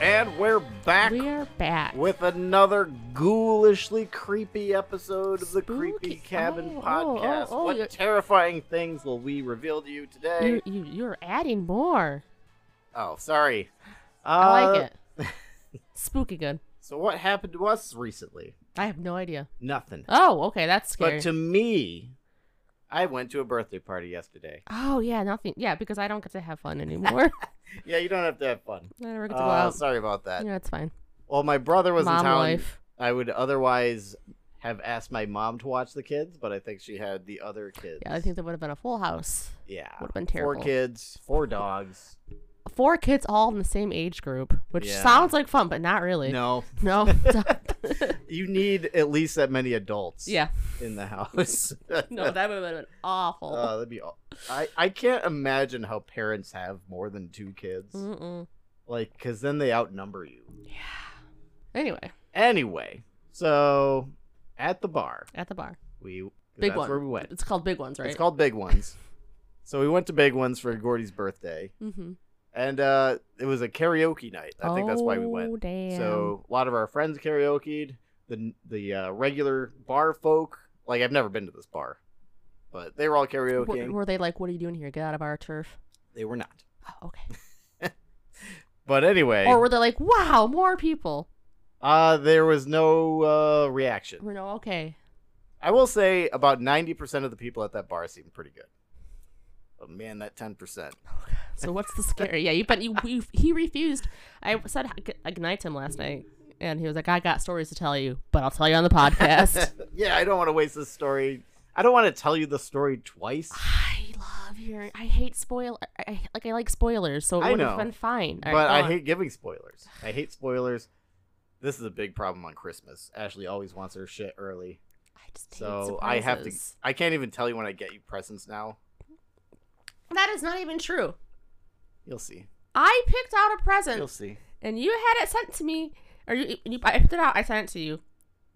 And we're back We are back. with another ghoulishly creepy episode of the Creepy Spooky. Cabin Oh, oh, oh, Podcast. oh, what you're- terrifying things will we reveal to you today? you, you, you're adding more. Oh, sorry. Uh, I like it. Spooky good. So, what happened to us recently? I have no idea. Nothing. Oh, okay, that's scary. but to me, I went to a birthday party yesterday. oh yeah, nothing. Yeah, because I don't get to have fun anymore. Yeah, you don't have to have fun. I never get to go Uh, out. sorry about that. Yeah, it's fine. Well, my brother was in Mom town. life. I would otherwise have asked my mom to watch the kids, but I think she had the other kids. Yeah, I think that would have been a full house. yeah. would've been Four terrible. kids, four dogs. Four kids all in the same age group, which Yeah. sounds like fun, but not really. No, No. you need at least that many adults. yeah. in the house. Uh, No, that would have been awful. Oh, that'd be. aw- I I can't imagine how parents have more than two kids, Like 'cause Mm-mm. like because then they outnumber you. Anyway, Anyway, so at the bar, at the bar. we Big that's one. where we went. It's called Big Ones, right? It's called Big Ones. so we went to Big Ones for Gordy's birthday, Mm-hmm. and uh, it was a karaoke night. I think that's why we went. Oh, Damn. So a lot of our friends karaokeed. The the uh, regular bar folk, like I've never been to this bar, but they were all W- karaokeing. were they like, "What are you doing here? Get out of our turf." They were not. Oh, okay. But anyway, Or were they like, "Wow, more people"? uh, there was no uh, reaction. We're no okay. I will say about 90% of the people at that bar seemed pretty good. But man, that 10%. So what's the scary? yeah, you but you, you he refused. I said "Ig- ignite him last night, and he was like, "I got stories to tell you, but I'll tell you on the podcast." yeah, I don't want to waste this story. I don't want to tell you the story twice. I love hearing. I hate spoil. I, I like. I like spoilers, so I it would have know, been fine. All right, but go I on. hate giving spoilers. I hate spoilers. This is a big problem on Christmas. Ashley always wants her shit early. I just hate So I have to surprises. I can't even tell you when I get you presents now. That is not even true. You'll see. I picked out a present. You'll see. and you had it sent to me, or you, you I picked it out. I sent it to you.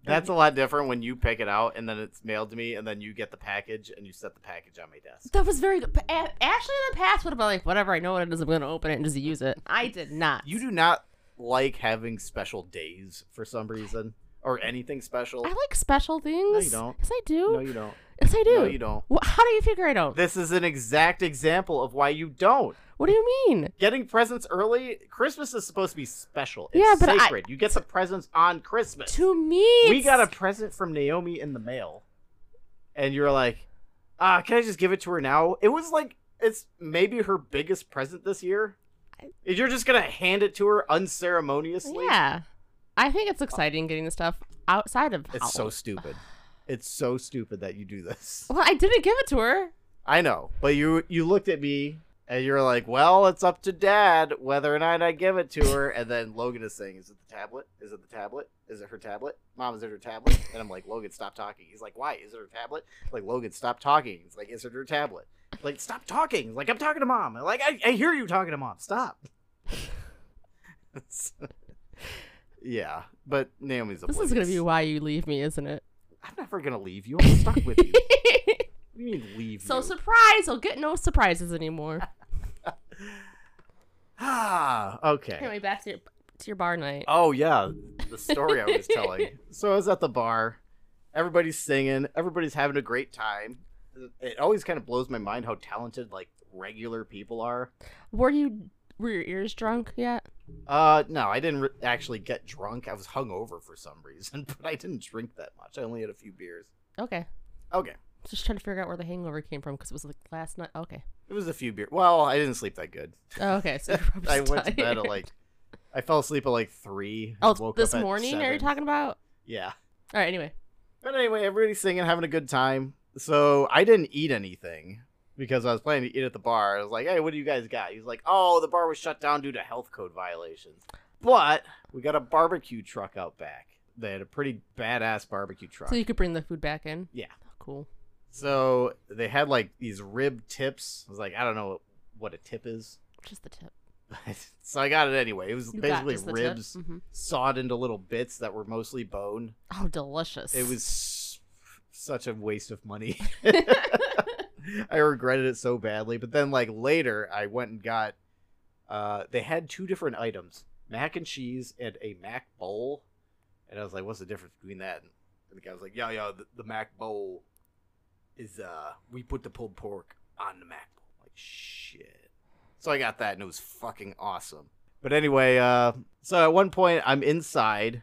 That's a lot different when you pick it out and then it's mailed to me and then you get the package and you set the package on my desk. That was very good. But A- Ashley in the past would have been like, whatever. I know what it is. I'm gonna open it and just use it. I did not. You do not like having special days for some reason or anything special. I like special things. don't. Yes, I do. No, you don't. yes, I do. No, you don't. Wh- how do you figure I don't? This is an exact example of why you don't. What do you mean? Getting presents early, Christmas is supposed to be special. It's Yeah, but I- sacred. you get the presents on Christmas. To me, we it's- got a present from Naomi in the mail, and you're like, ah, can I just give it to her now? It was like it's maybe her biggest present this year. And You're just gonna hand it to her unceremoniously. Yeah, I think it's exciting getting the stuff outside of. it's house. so stupid. It's so stupid that you do this. Well, I didn't give it to her. I know, but you you looked at me and you're like, well, it's up to Dad whether or not I give it to her. And then Logan is saying, is it the tablet? Is it the tablet? Is it her tablet? Mom, is it her tablet? And I'm like, Logan, stop talking. He's like, why? Is it her tablet? I'm like, Logan, stop talking. He's like, is it her tablet? I'm like, stop talking. He's like, I'm talking to mom. I'm like, I, I hear you talking to mom. Stop. yeah, but Naomi's. This is gonna be oblivious. why you leave me, isn't it? I'm never gonna leave you. I'm stuck with you. What do you mean leave so you? surprise! I'll get no surprises anymore. Ah, okay. anyway, back to your to your bar night. Oh yeah, the story I was telling. So I was at the bar. Everybody's singing. Everybody's having a great time. It always kind of blows my mind how talented like regular people are. Were you were your ears drunk yet? Uh, no, I didn't re- actually get drunk. I was hungover for some reason, but I didn't drink that much. I only had a few beers. Okay, Okay, just trying to figure out where the hangover came from because it was like last night. Okay, it was a few beers. Well, I didn't sleep that good. oh, okay. So you're probably I just went to bed tired. at like, I fell asleep at like three. and oh woke this up at morning. Are you seven. talking about? Yeah. All right. Anyway, But anyway, everybody's singing, having a good time. So I didn't eat anything because I was planning to eat at the bar. I was like, hey, what do you guys got? He's like, oh, the bar was shut down due to health code violations. But we got a barbecue truck out back. They had a pretty badass barbecue truck. so you could bring the food back in. Oh, Yeah. Cool. So they had like these rib tips. I was like, I don't know what, what a tip is. Just the tip. so I got it anyway. It was You got basically just the tip? ribs Mhm. sawed into little bits that were mostly bone. Oh, delicious. It was s- such a waste of money. I regretted it so badly. But then, like later, I went and got. Uh, they had two different items. mac and cheese and a mac bowl. And I was like, what's the difference between that? And the guy was like, yeah, yeah, the, the mac bowl is uh, we put the pulled pork on the mac bowl. Like shit. So I got that, and it was fucking awesome. But anyway, uh, so at one point I'm inside,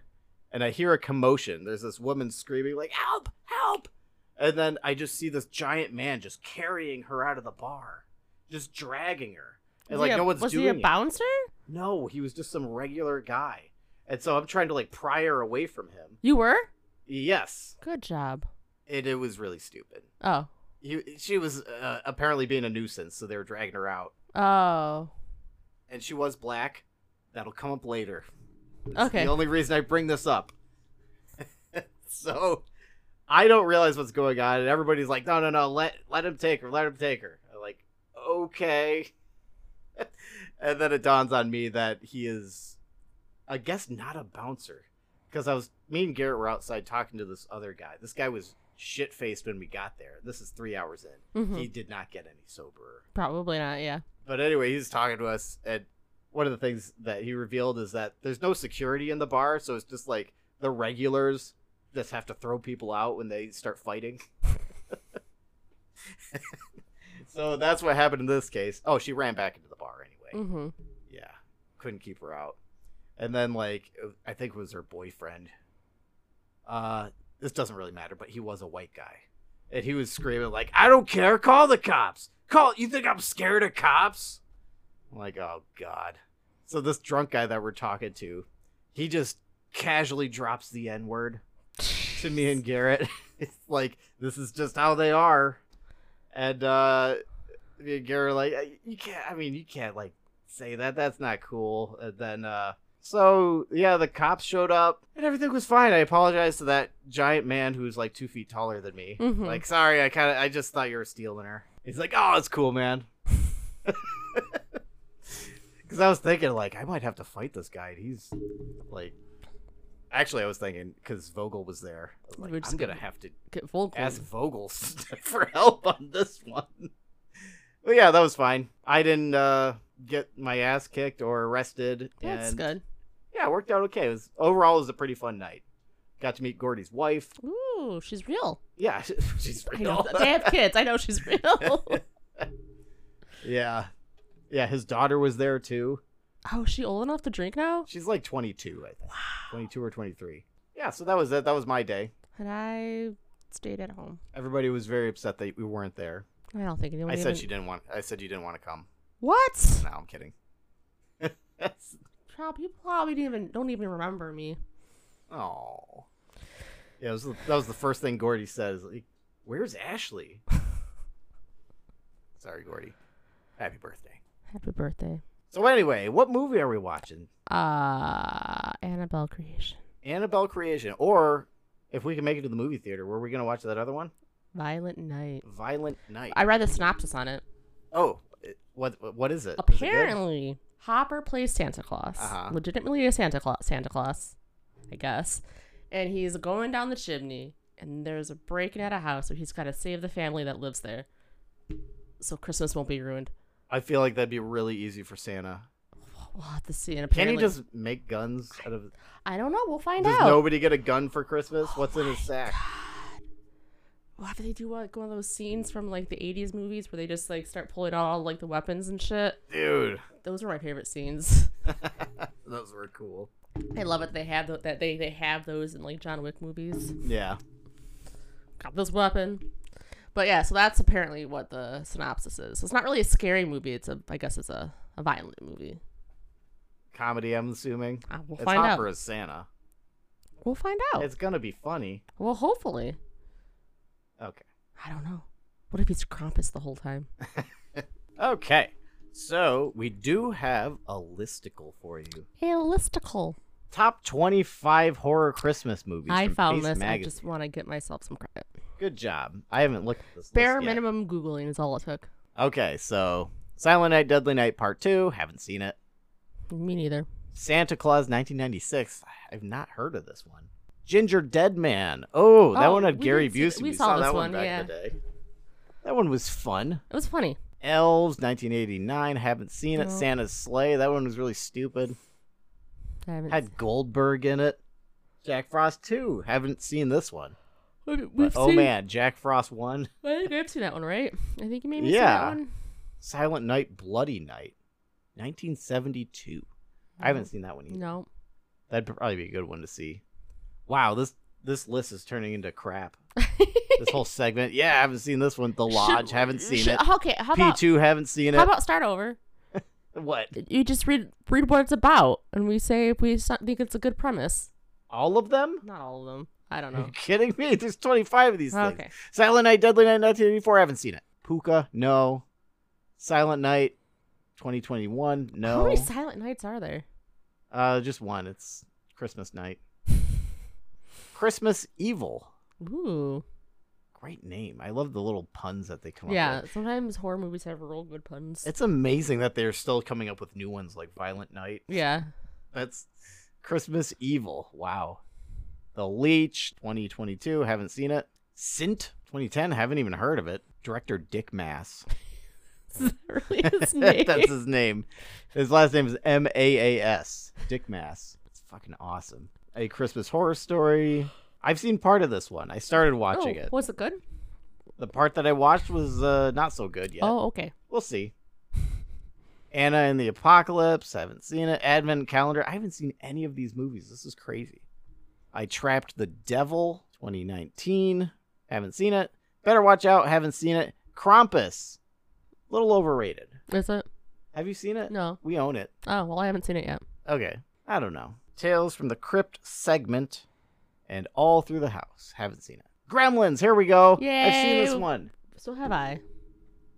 and I hear a commotion. There's this woman screaming like, "Help! Help!" And then I just see this giant man just carrying her out of the bar, just dragging her, and Was like he a- no one's was doing he a it. bouncer? No, he was just some regular guy. And so I'm trying to like pry her away from him. You were? Yes. Good job. And it was really stupid. Oh. He, she was uh, apparently being a nuisance, so they were dragging her out. Oh. And she was black. That'll come up later. It's Okay. The only reason I bring this up. so I don't realize what's going on, and everybody's like, no, no, no, let, let him take her, let him take her. I'm like, okay. and then it dawns on me that he is, I guess, not a bouncer. Because I was, me and Garrett were outside talking to this other guy. This guy was shit faced when we got there. This is three hours in. Mhm. He did not get any soberer Probably not. Yeah. but anyway, he's talking to us, and one of the things that he revealed is that there's no security in the bar, so it's just like the regulars just have to throw people out when they start fighting. so that's what happened in this case. Oh, she ran back into the bar anyway. Mm-hmm. Yeah, couldn't keep her out. And then like I think it was her boyfriend. Uh, this doesn't really matter, but he was a white guy, and he was screaming like, "I don't care! Call the cops! Call! You think I'm scared of cops?" I'm like, oh god. So this drunk guy that we're talking to, he just casually drops the N word to me and Garrett. it's like this is just how they are, and uh, me and Garrett are like "Uh, you can't. I mean, you can't like say that. That's not cool. And then uh, so yeah, the cops showed up and everything was fine. I apologized to that giant man who's like two feet taller than me. Mhm. Like, sorry, I kind of I just thought you were stealing her. He's like, oh, it's cool, man. Because I was thinking, like, I might have to fight this guy. and He's like, actually, I was thinking because Vogel was there. I was We like, were just I'm gonna gonna- have to Get full cool. ask Vogel for help on this one. But yeah, that was fine. I didn't uh, get my ass kicked or arrested. That's and good. Yeah, it worked out okay. It was overall it was a pretty fun night. Got to meet Gordy's wife. Ooh, she's real. Yeah, she's I know real. that- they have kids. I know she's real. yeah, yeah. His daughter was there too. oh, is she old enough to drink now? She's like 22, I think. 22 or 23. Yeah, so that was it. That was my day. And I stayed at home. Everybody was very upset that we weren't there. I don't think anyone. I even... said she didn't want. I said you didn't want to come. What? No, I'm kidding. That's Prob- You probably didn't even don't even remember me. oh. Yeah, it was, that was the first thing Gordy says. Like, where's Ashley? Sorry, Gordy. Happy birthday. Happy birthday. So anyway, what movie are we watching? Uh Annabelle creation. Annabelle Creation, or if we can make it to the movie theater, were we going to watch that other one? Violent Night. Violent Night. I read the synopsis on it. Oh, it- what what is it? Apparently, Hopper plays Santa Claus. Uh-huh. Legitimately a Santa Claus, Santa Claus, I guess. And he's going down the chimney, and there's a breaking at a house, so he's got to save the family that lives there, so Christmas won't be ruined. I feel like that'd be really easy for Santa. We'll have to see. And Can apparently, he just make guns out of? I don't know. We'll find Does out. nobody get a gun for Christmas? Oh What's in his my sack? God. Why do they do like one of those scenes from like the '80s movies where they just like start pulling out all like the weapons and shit? Dude, Those were my favorite scenes. those were cool. I love it. They have tho- that they they have those in like John Wick movies. Yeah. Got this weapon. But yeah, so that's apparently what the synopsis is. So it's not really a scary movie. It's a I guess it's a, a violent movie. Comedy, I'm assuming. Uh, we'll it's find Hopper out. Oh. as Santa. We'll find out. It's gonna be funny. Well, hopefully. Okay. I don't know. What if he's Krampus the whole time? Okay. So we do have a listicle for you. A listicle. Top twenty-five horror Christmas movies. I from found Pace this. I Magazine. just want to get myself some credit. Good job. I haven't looked at this. Bare list yet. minimum Googling is all it took. Okay, so Silent Night, Deadly Night Part Two. Haven't seen it. Me neither. Santa Claus 1996. I've not heard of this one. Ginger Dead Man. Oh, that Oh, one had we Gary did see th- Busey. we saw this that one, back yeah. in the day. That one was fun. It was funny. Elves 1989. Haven't seen it. No. Santa's Sleigh. That one was really stupid. I haven't Had Goldberg in it. Jack Frost 2. Haven't seen this one. We've, But, we've oh seen, man, Jack Frost 1. I think I've seen that one, right? I think you made me Yeah. see that one. Silent Night, Bloody Night. 1972. I haven't Oh, seen that one either. No, That'd probably be a good one to see. Wow, this this list is turning into crap. this whole segment. Yeah, I haven't seen this one. The Should- Lodge, haven't seen should- it. Okay, how P about two, haven't seen how it. about start over? what? You just read read what it's about, and we say if we so- think it's a good premise. All of them? Not all of them. I don't Are know. you kidding me? There's 25 of these things. Oh, okay, Silent Night, Deadly Night, 1984. I haven't seen it. Puka, no. Silent Night, 2021, how no. many Silent Nights are there? Uh, just one. It's Christmas night. Christmas Evil. Ooh, Great name. I love the little puns that they come up yeah. with. Sometimes horror movies have real good puns. It's amazing that they're still coming up with new ones like Violent Night. yeah. That's Christmas Evil. Wow. The Leech, 2022. Haven't seen it. Sint, 2010. Haven't even heard of it. Director Dick Mass. Is that really his name? That's his name. His last name is M A A S. Dick Mass. It's fucking awesome. A Christmas horror story. I've seen part of this one. I started watching oh, it. Was it good? The part that I watched was uh, not so good yet. Oh, okay. We'll see. Anna and the Apocalypse. I haven't seen it. Advent Calendar. I haven't seen any of these movies. This is crazy. I Trapped the Devil 2019. Haven't seen it. Better Watch Out. Haven't seen it. Krampus. Little overrated. Is it? Have you seen it? No. We own it. Oh, well, I haven't seen it yet. Okay. I don't know. Tales from the Crypt segment and All Through the House. Haven't seen it. Gremlins. Here we go. I've seen this Yay. one. So have I.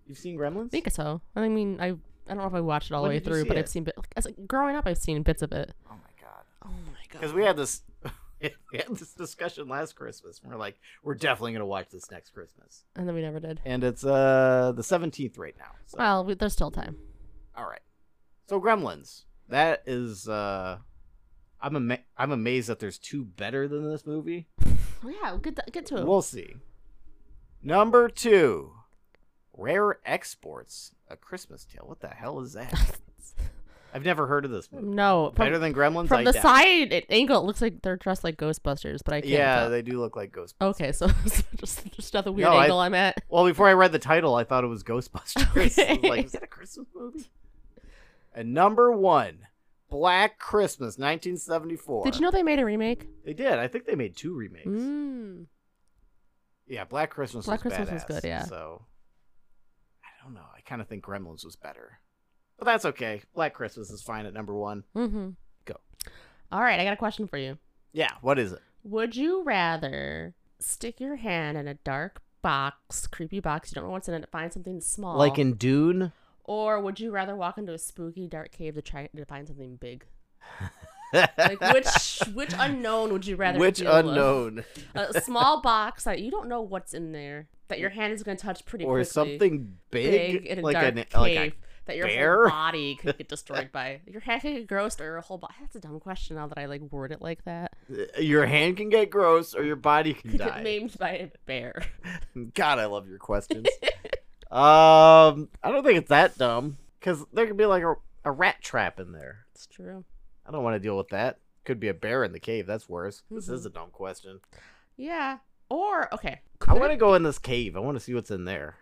You've seen Gremlins? I think so. I mean, I I don't know if I watched it all the When way did you through, see but it? I've seen bit. Like, as, growing up, I've seen bits of it. oh my god. Oh my god. Because we had this we had this discussion last Christmas. And we're like, we're definitely gonna watch this next Christmas. and then we never did. And it's uh the seventeenth right now. So Well, we, there's still time. all right. So Gremlins. That is uh I'm ama- I'm amazed that there's two better than this movie. Yeah, get to, get to it. We'll see. Number two, Rare Exports, A Christmas Tale. What the hell is that? I've never heard of this movie. no, Better from, than Gremlins? from I the doubt. side it- angle, it looks like they're dressed like Ghostbusters, but I can't. Yeah, tell. they do look like Ghostbusters. Okay, so so just just another weird No, I- angle I... am at. Well, before I read the title, I thought it was Ghostbusters. I was like, Okay. is that a Christmas movie? And number one, Black Christmas, 1974. Did you know they made a remake? They did. I think they made two remakes. Mm. Yeah, Black Christmas Black was Christmas was badass, good, yeah. So, I don't know. I kind of think Gremlins was better. But that's okay. Black Christmas is fine at number one. Mm-hmm. Go. All right, I got a question for you. Yeah, what is it? Would you rather stick your hand in a dark box, creepy box, you don't know what's in it, find something small? Like in Dune? Or would you rather walk into a spooky dark cave to try to find something big? Like which which unknown would you rather? Which deal with? unknown? A small box that you don't know what's in there that your hand is going to touch pretty Or quickly. something big? big in a like, dark an, cave like a that your bear? whole body could get destroyed by. Your hand could get grossed or your whole body. That's a dumb question now that I like word it like that. your hand can get gross or your body can Could die. get maimed by a bear. God, I love your questions. um, I don't think it's that dumb because there could be like a, a rat trap in there. It's true. I don't want to deal with that. Could be a bear in the cave. That's worse. This Mhm. is a dumb question. Yeah. Or I okay. could want to go in this cave. I want to see what's in there.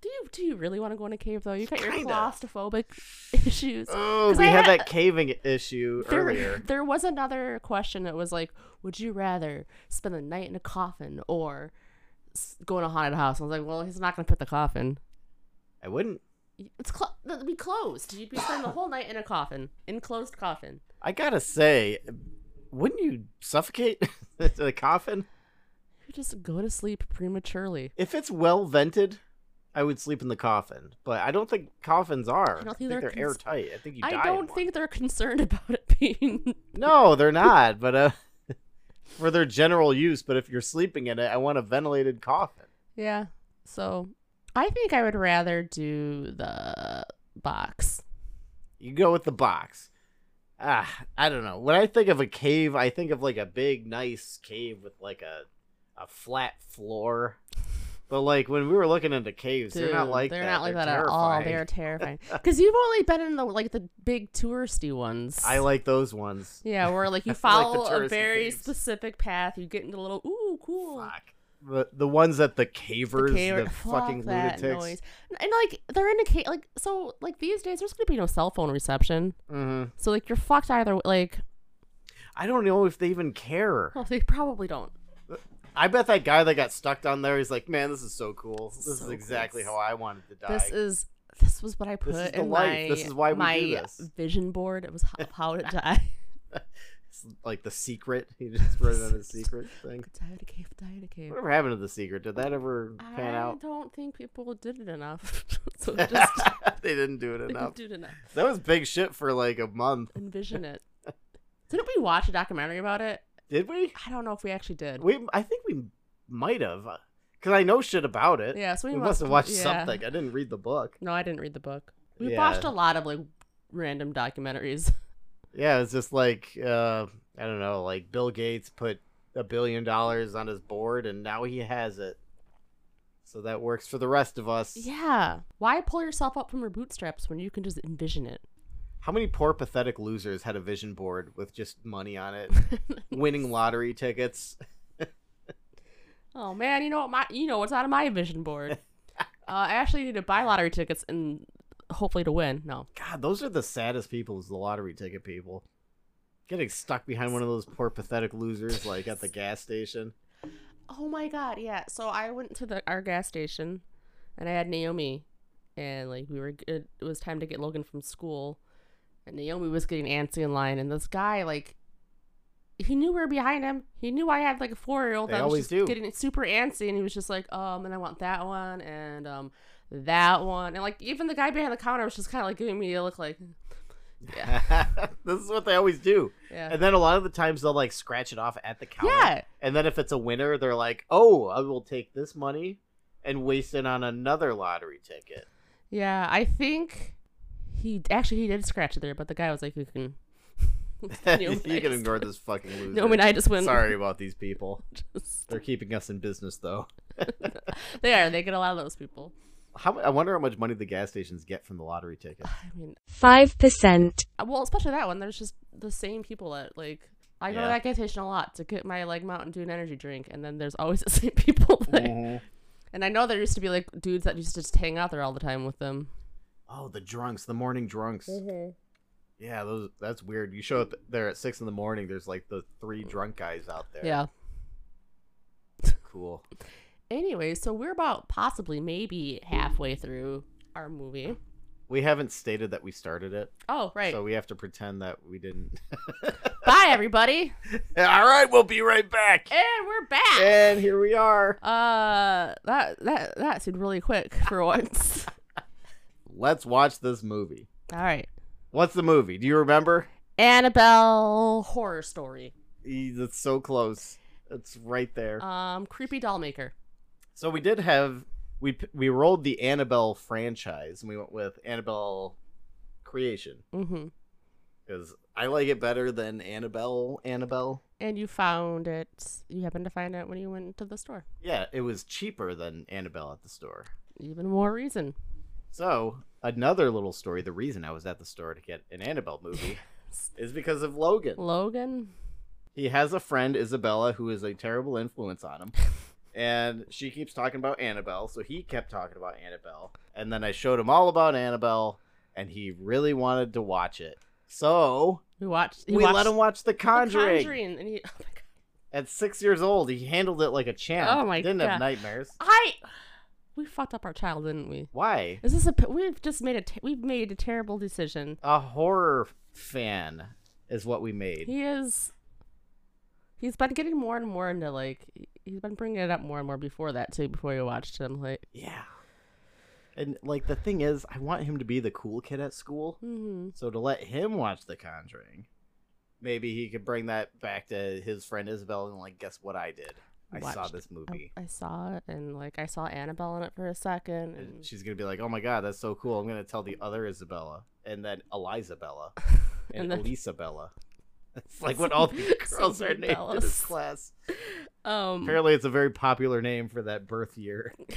Do you do you really want to go in a cave though? You got your Kinda. claustrophobic issues. Oh, 'Cause we I had had- that caving issue There, earlier. there was another question that was like, would you rather spend the night in a coffin or s- go in a haunted house? I was like, well, he's not gonna put the coffin. I wouldn't. It's cl- it'd be closed. You'd be spending the whole night in a coffin, enclosed coffin. I gotta say, wouldn't you suffocate in a coffin You just go to sleep prematurely. if it's well vented? I would sleep in the coffin, but I don't think coffins are. I don't don't think, think they're they're cons- airtight. I think you. die I in don't one. think they're concerned about it being. No, they're not, but uh, for their general use. But if you're sleeping in it, I want a ventilated coffin. yeah. So, I think I would rather do the box. You go with the box. Ah, I don't know. When I think of a cave, I think of like a big, nice cave with like a a flat floor But like when we were looking into caves, they're not Dude, like they're that. not like they're that at all. terrifying. They're terrifying. Because you've only been in the like the big touristy ones. I like those ones. Yeah, where like you I like the follow a touristy very caves. specific path. You get into little ooh cool. Fuck. The, the ones that the the cavers, the, cave- fuck fucking that lunatics. noise. And, and, like they're in a cave. Like so, like these days, there's gonna be no cell phone reception. Mhm. So like you're fucked either. way. Like I don't know if they even care. well, they probably don't. I bet that guy that got stuck down there, he's like, man, this is so cool. This So is exactly cool. how I wanted to die. This is this was what I put is the in my life. This is why we do my this. vision board. It was how, how to die. It's like the secret. He just wrote it on his secret thing. die in a cave. Die in a cave. Whatever happened to the secret? Did that ever pan I out? don't think people did it enough. so it just they didn't do it enough. didn't do it enough. That was big shit for like a month. Envision it. Didn't we watch a documentary about it? Did we? I don't know if we actually did. We I think we might have cuz I know shit about it. yeah, so We, we, must have watched yeah. something. I didn't read the book. No, I didn't read the book. We Yeah. watched a lot of like random documentaries. Yeah, it's just like uh I don't know, like Bill Gates put a billion dollars on his board and now he has it. So that works for the rest of us. Yeah. Why pull yourself up from your bootstraps when you can just envision it? How many poor pathetic losers had a vision board with just money on it, winning lottery tickets? oh man, you know what my you know what's out of my vision board. uh, I actually need to buy lottery tickets and hopefully to win. No. God, those are the saddest people is the lottery ticket people. Getting stuck behind one of those poor pathetic losers like at the gas station. Oh my god, yeah. So I went to the our gas station, and I had Naomi, and like we were, it, it was time to get Logan from school, and Naomi was getting antsy in line, and this guy like, he knew we were behind him. He knew I had like a four year old They that was always do. just getting super antsy, and he was just like, um, and I want that one, and um, that one, and like even the guy behind the counter was just kind of like giving me a look like, yeah, this is what they always do. yeah, And then a lot of the times they'll like scratch it off at the counter. yeah. And then if it's a winner, they're like, "Oh, I will take this money and waste it on another lottery ticket." Yeah, I think he actually he did scratch it there, but the guy was like, "You can." you can ignore this fucking loser. No, I mean I just went. Sorry about these people. Just- They're keeping us in business though. they are. They get a lot of those people. How mu- I wonder how much money the gas stations get from the lottery ticket. I mean, 5%. uh, well, especially that one. There's just the same people that like. I go to Yeah. that gas station a lot to get my like Mountain Dew and energy drink, and then there's always the same people there. And I know there used to be like dudes that used to just hang out there all the time with them. Oh, the drunks, the morning drunks. Mm-hmm. Yeah, those that's weird. You show up there at six in the morning. There's like the three drunk guys out there. Yeah. cool. Anyway, so we're about possibly maybe halfway through our movie. We haven't stated that we started it, Oh right! so we have to pretend that we didn't. Bye everybody, All right, we'll be right back. and we're back. And here we are. Uh, that that that seemed really quick for once. Let's watch this movie. All right, What's the movie? Do you remember? Annabelle horror story. E- That's so close. It's right there. Um, creepy doll maker. So we did have we p- we rolled the Annabelle franchise and we went with Annabelle Creation Mm-hmm. because I like it better than Annabelle Annabelle. And you found it. You happened to find it when you went to the store. Yeah, it was cheaper than Annabelle at the store. Even more reason. So another little story. The reason I was at the store to get an Annabelle movie is because of Logan. Logan. he has a friend Isabella who is a terrible influence on him. And she keeps talking about Annabelle, so he kept talking about Annabelle. And then I showed him all about Annabelle, and he really wanted to watch it. So We watched. he we watched let him watch The The Conjuring. Conjuring, and he. Oh my god. At six years old, he handled it like a champ. Oh my Didn't God. have nightmares. I. We fucked up our child, didn't we? Why? Is this a? p- We've just made a. T- we've made a terrible decision. A horror fan is what we made. He is. He's been getting more and more into like. He's been bringing it up more and more before that too. Before you watched him, like, Yeah. And like the thing is, I want him to be the cool kid at school. hmm So to let him watch The Conjuring, maybe he could bring that back to his friend Isabel and like, guess what I did? I saw Watched this I, movie. I saw it and like I saw Annabelle in it for a second. And And she's gonna be like, oh my god, that's so cool. I'm gonna tell the other Isabella and then Elizabella and, And then- Elisabella. It's like what all the Sounds girls are like named in Dallas. this class. Um, Apparently, it's a very popular name for that birth year. yeah,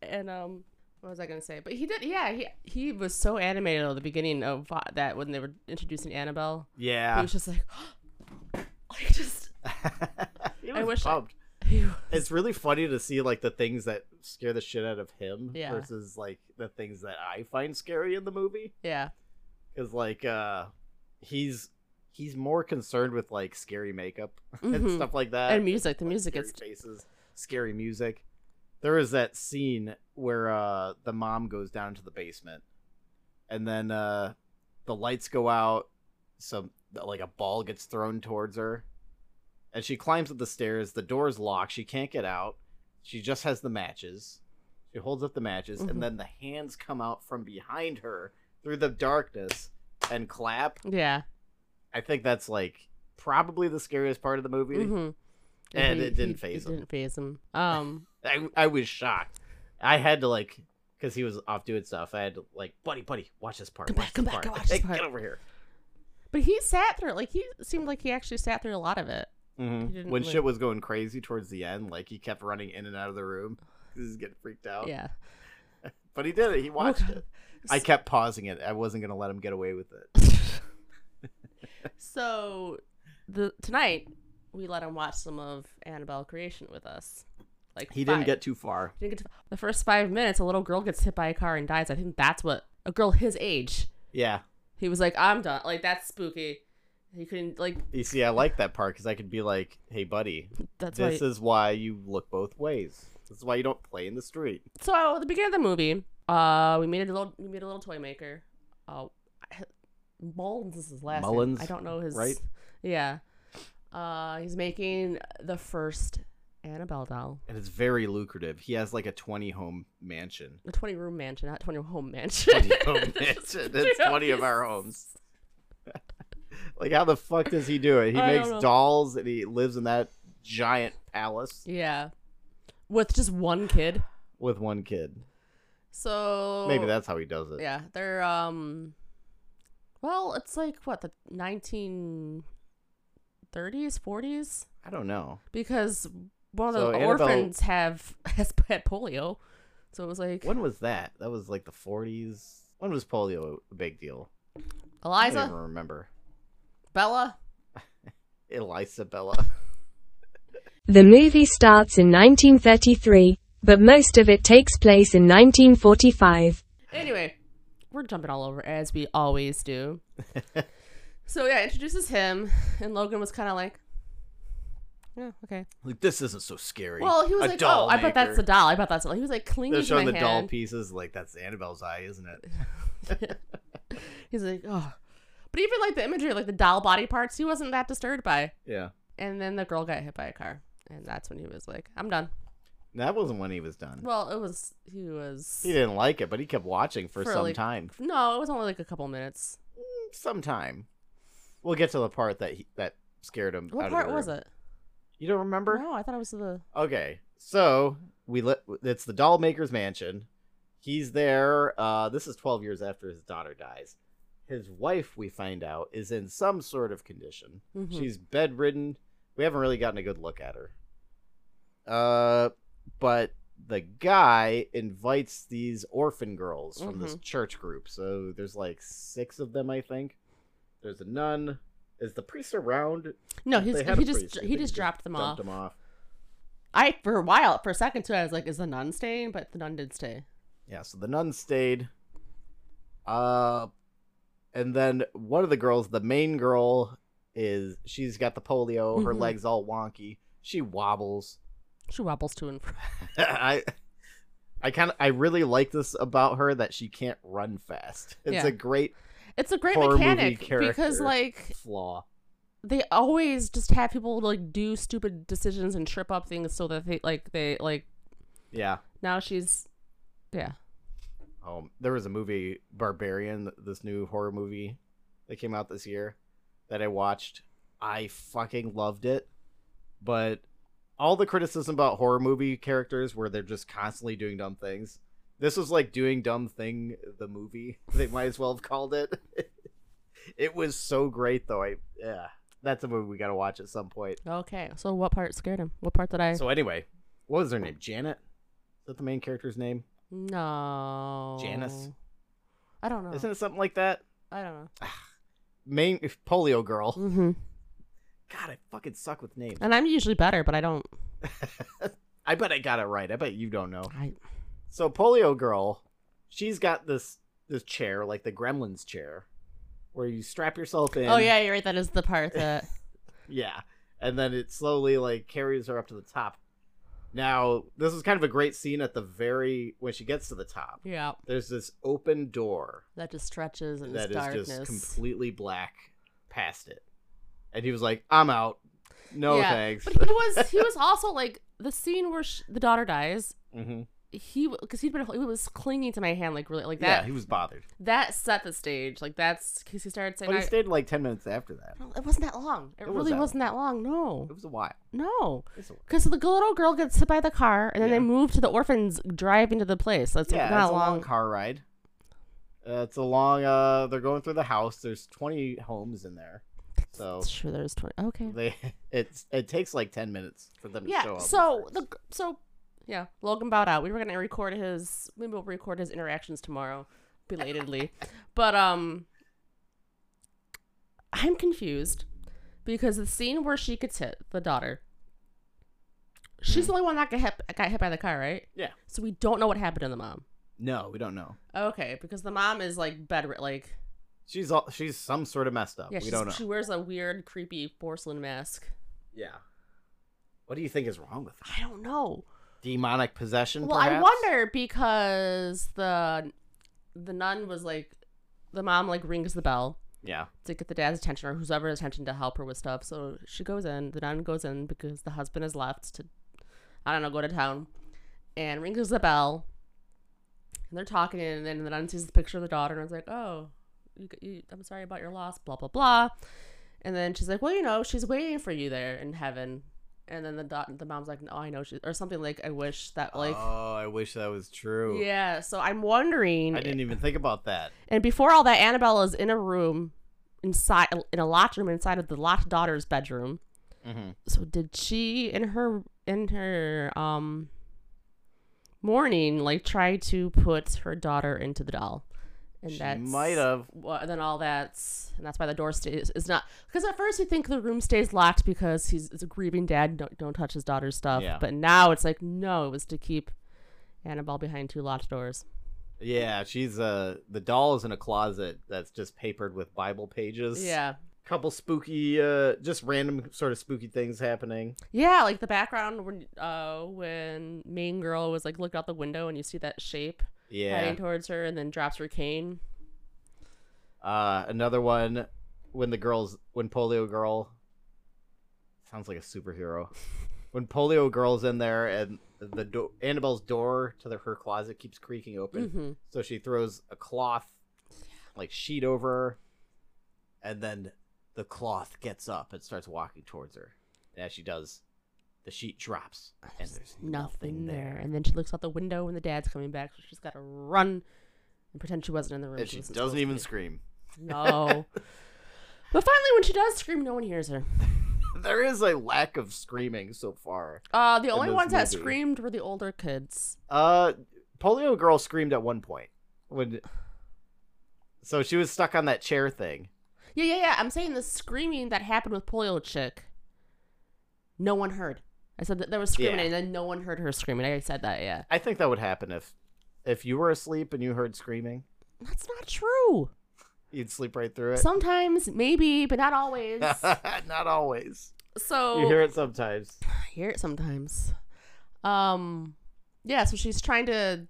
and um, what was I gonna say? But he did, yeah. He he was so animated at the beginning of Va- that when they were introducing Annabelle, he Yeah, was just like, like just He I was wish I- pumped. he was- It's really funny to see like the things that scare the shit out of him Yeah. versus like the things that I find scary in the movie. yeah, Because like uh, he's he's more concerned with like scary makeup and Mhm. stuff like that. and music. The like, music scary is faces, scary music. There is that scene where uh, the mom goes down into the basement, and then uh, the lights go out. Some like a ball gets thrown towards her, and she climbs up the stairs. The door's locked. She can't get out. She just has the matches. She holds up the matches, Mhm. and then the hands come out from behind her through the darkness and clap. yeah. I think that's like probably the scariest part of the movie. Mm-hmm. And it didn't faze him. Didn't phase him. Um, I, I was shocked. I had to like, because he was off doing stuff. I had to like, buddy, buddy, watch this part. Come watch back, come this back, part. go watch this Hey, part." Get over here. but he sat through. Like he seemed like he actually sat through a lot of it. He Mhm. didn't When really- shit was going crazy towards the end, like he kept running in and out of the room. 'cause He was getting freaked out. Yeah. Oh, But he did it. He watched it. I S- kept pausing it. I wasn't gonna let him get away with it. so the tonight we let him watch some of Annabelle creation with us. Like He didn't five- get too far. didn't get to- the first five minutes. A little girl gets hit by a car and dies. I think that's what a girl his age. Yeah. He was like, "I'm done." Like that's spooky. He couldn't like You see, I like that part because I could be like, "Hey, buddy, that's why. this is why you look both ways. This is why you don't play in the street." so at the beginning of the movie, uh, we made a little we made a little toy maker. Uh, I- Mullins is his last Mullins, name. I don't know his right? Yeah, uh, he's making the first Annabelle doll. And it's very lucrative. He has like a twenty home mansion. A 20 room mansion, not 20 home mansion. 20 home mansion. That's 20 of our homes. Like, how the fuck does he do it? He I don't makes know. dolls and he lives in that giant palace Yeah. With just one kid. with one kid. So Maybe that's how he does it. Oh. Yeah, they're um well, it's like what the 1930s, 40s I don't know. because one of So the Annabelle- orphans have has had polio. So it was like When was that? That was like the 40s. When was polio a big deal? I don't even Eliza, remember. Bella, Elisa Bella. The movie starts in 1933, but most of it takes place in 1945. Anyway, we're jumping all over as we always do. so yeah, introduces him, and Logan was kind of like, "Yeah, okay." Like, this isn't so scary. Well, he was A like, doll "Oh, I bet that's maker." the doll. I bet that's." The... He was like clinging They're to my showing the doll hand. pieces. Like, that's Annabelle's eye, isn't it? He's like, "Oh," but even like the imagery, like the doll body parts, he wasn't that disturbed by. Yeah. And then the girl got hit by a car, and that's when he was like, "I'm done." That wasn't when he was done. Well, it was he was he didn't like it, but he kept watching for, For, some like, time. no, it was only like a couple minutes. sometime. We'll get to the part that he, that scared him. What out part of the was room. it? You don't remember? No, I thought it was the Okay, so we let it's the doll maker's mansion. He's there. Uh, this is twelve years after his daughter dies. His wife, we find out, is in some sort of condition. Mhm. She's bedridden. We haven't really gotten a good look at her. Uh, but the guy invites these orphan girls from this Mm-hmm. church group. So there's like six of them, I think. There's a nun. Is the priest around? no. They He's, had he a priest. just I he think just dropped them dumped off. Him off. I for a while, for a second too, I was like, "Is the nun staying?" But the nun did stay. Yeah. So the nun stayed. Uh, and then one of the girls, the main girl, is she's got the polio. Her Mhm. legs all wonky. She wobbles. She wobbles to and fro. I I kind of I really like this about her that she can't run fast. It's Yeah. a great It's a great Horror movie mechanic because character. like flaw. they always just have people like do stupid decisions and trip up things so that they like they like Yeah. now she's yeah Um there was a movie Barbarian, th- this new horror movie that came out this year that I watched. I fucking loved it. But all the criticism about horror movie characters where they're just constantly doing dumb things. This was like doing dumb thing the movie. They might as well have called it. it was so great though. I yeah. that's a movie we got to watch at some point. Okay. So what part scared him? What part did I? So anyway, what was her name? Janet. Is that the main character's name? no. Janice? I don't know. Isn't it something like that? I don't know. Main if polio girl. hmm God, I fucking suck with names. And I'm usually better, but I don't. I bet I got it right. I bet you don't know. I So polio girl, she's got this this chair like the Gremlins chair, where you strap yourself in. oh yeah, you're right. That is the part that. Yeah. And then it slowly like carries her up to the top. Now, this is kind of a great scene at the very when she gets to the top. yeah, There's this open door that just stretches and that it's is darkness. just completely black past it. And he was like, "I'm out. No Yeah, thanks." But he was he was also like the scene where sh- the daughter dies. Mhm. He because he'd been he was clinging to my hand like really like that. Yeah, he was bothered. that set the stage. Like that's because he started saying, But he I- stayed like 10 minutes after that. I don't- "It wasn't that long. Oh, It, It was really that was not that long. No, It was a while. no." It's a while. Because the little girl gets hit by the car, and then Yeah. they move to the orphans driving to the place. That's yeah, not it's a a long. long car ride. Uh, it's a long uh they're going through the house. There's 20 homes in there. So Sure, there's twenty. Okay. They it's it takes like ten minutes for them to show yeah. up. So the so yeah, Logan bowed out. We were gonna record his. Maybe we'll record his interactions tomorrow, belatedly. but um, I'm confused because the scene where she gets hit, the daughter. Hmm. She's the only one that got hit, got hit by the car, right? yeah, So we don't know what happened to the mom. no, we don't know. Okay, because the mom is like bed like She's all she's some sort of messed up. yeah, we she's- don't know. she wears a weird, creepy porcelain mask. Yeah, what do you think is wrong with her? I don't know. Demonic possession? Well, I perhaps? wonder because the the nun was like the mom like rings the bell Yeah, to get the dad's attention or whoever's attention to help her with stuff. So she goes in. The nun goes in because the husband has left to I don't know go to town, and rings the bell. And they're talking, and then the nun sees the picture of the daughter, and is like, "Oh, you, you, I'm sorry about your loss." Blah blah blah. And then she's like, "Well, you know, she's waiting for you there in heaven." And then the da- the mom's like, "No, I know she," or something like, "I wish that like." oh, I wish that was true. Yeah, so I'm wondering. I didn't e-, even think about that. And before all that, Annabelle is in a room inside, in a locked room inside of the locked daughter's bedroom. Mm-hmm. So did she in her in her um morning like try to put her daughter into the doll? And She that's might have. Well, and then all that's and that's why the door stays is not because at first you think the room stays locked because he's it's a grieving dad don't don't touch his daughter's stuff. Yeah. But now it's like no, it was to keep Annabelle behind two locked doors. Yeah, she's uh the doll is in a closet that's just papered with Bible pages. Yeah. couple spooky, uh, just random sort of spooky things happening. Yeah, like the background when uh when main girl was like looked out the window and you see that shape Yeah, heading towards her and then drops her cane. Uh, another one when the girls when polio girl sounds like a superhero. When polio girl's in there and the do- Annabelle's door to the, her closet keeps creaking open, Mhm. so she throws a cloth like sheet over, her, and then the cloth gets up and starts walking towards her. And as she does, the sheet drops and there's nothing there. And then she looks out the window and the dad's coming back, so she's got to run and pretend she wasn't in the room. And she wasn't doesn't even supposed scream. to be. No. but finally, when she does scream, no one hears her. There is a lack of screaming so far. Uh, the only this ones that movie. screamed were the older kids. Uh, Polio Girl screamed at one point when. So she was stuck on that chair thing. Yeah, yeah, yeah. I'm saying the screaming that happened with Polio Chick, no one heard. I said that there was screaming Yeah. and then no one heard her screaming. I said that, yeah. I think that would happen if, if you were asleep and you heard screaming, That's not true. you'd sleep right through it. Sometimes, maybe, but not always. Not always. so You hear it sometimes. I hear it sometimes. Um, yeah. So she's trying to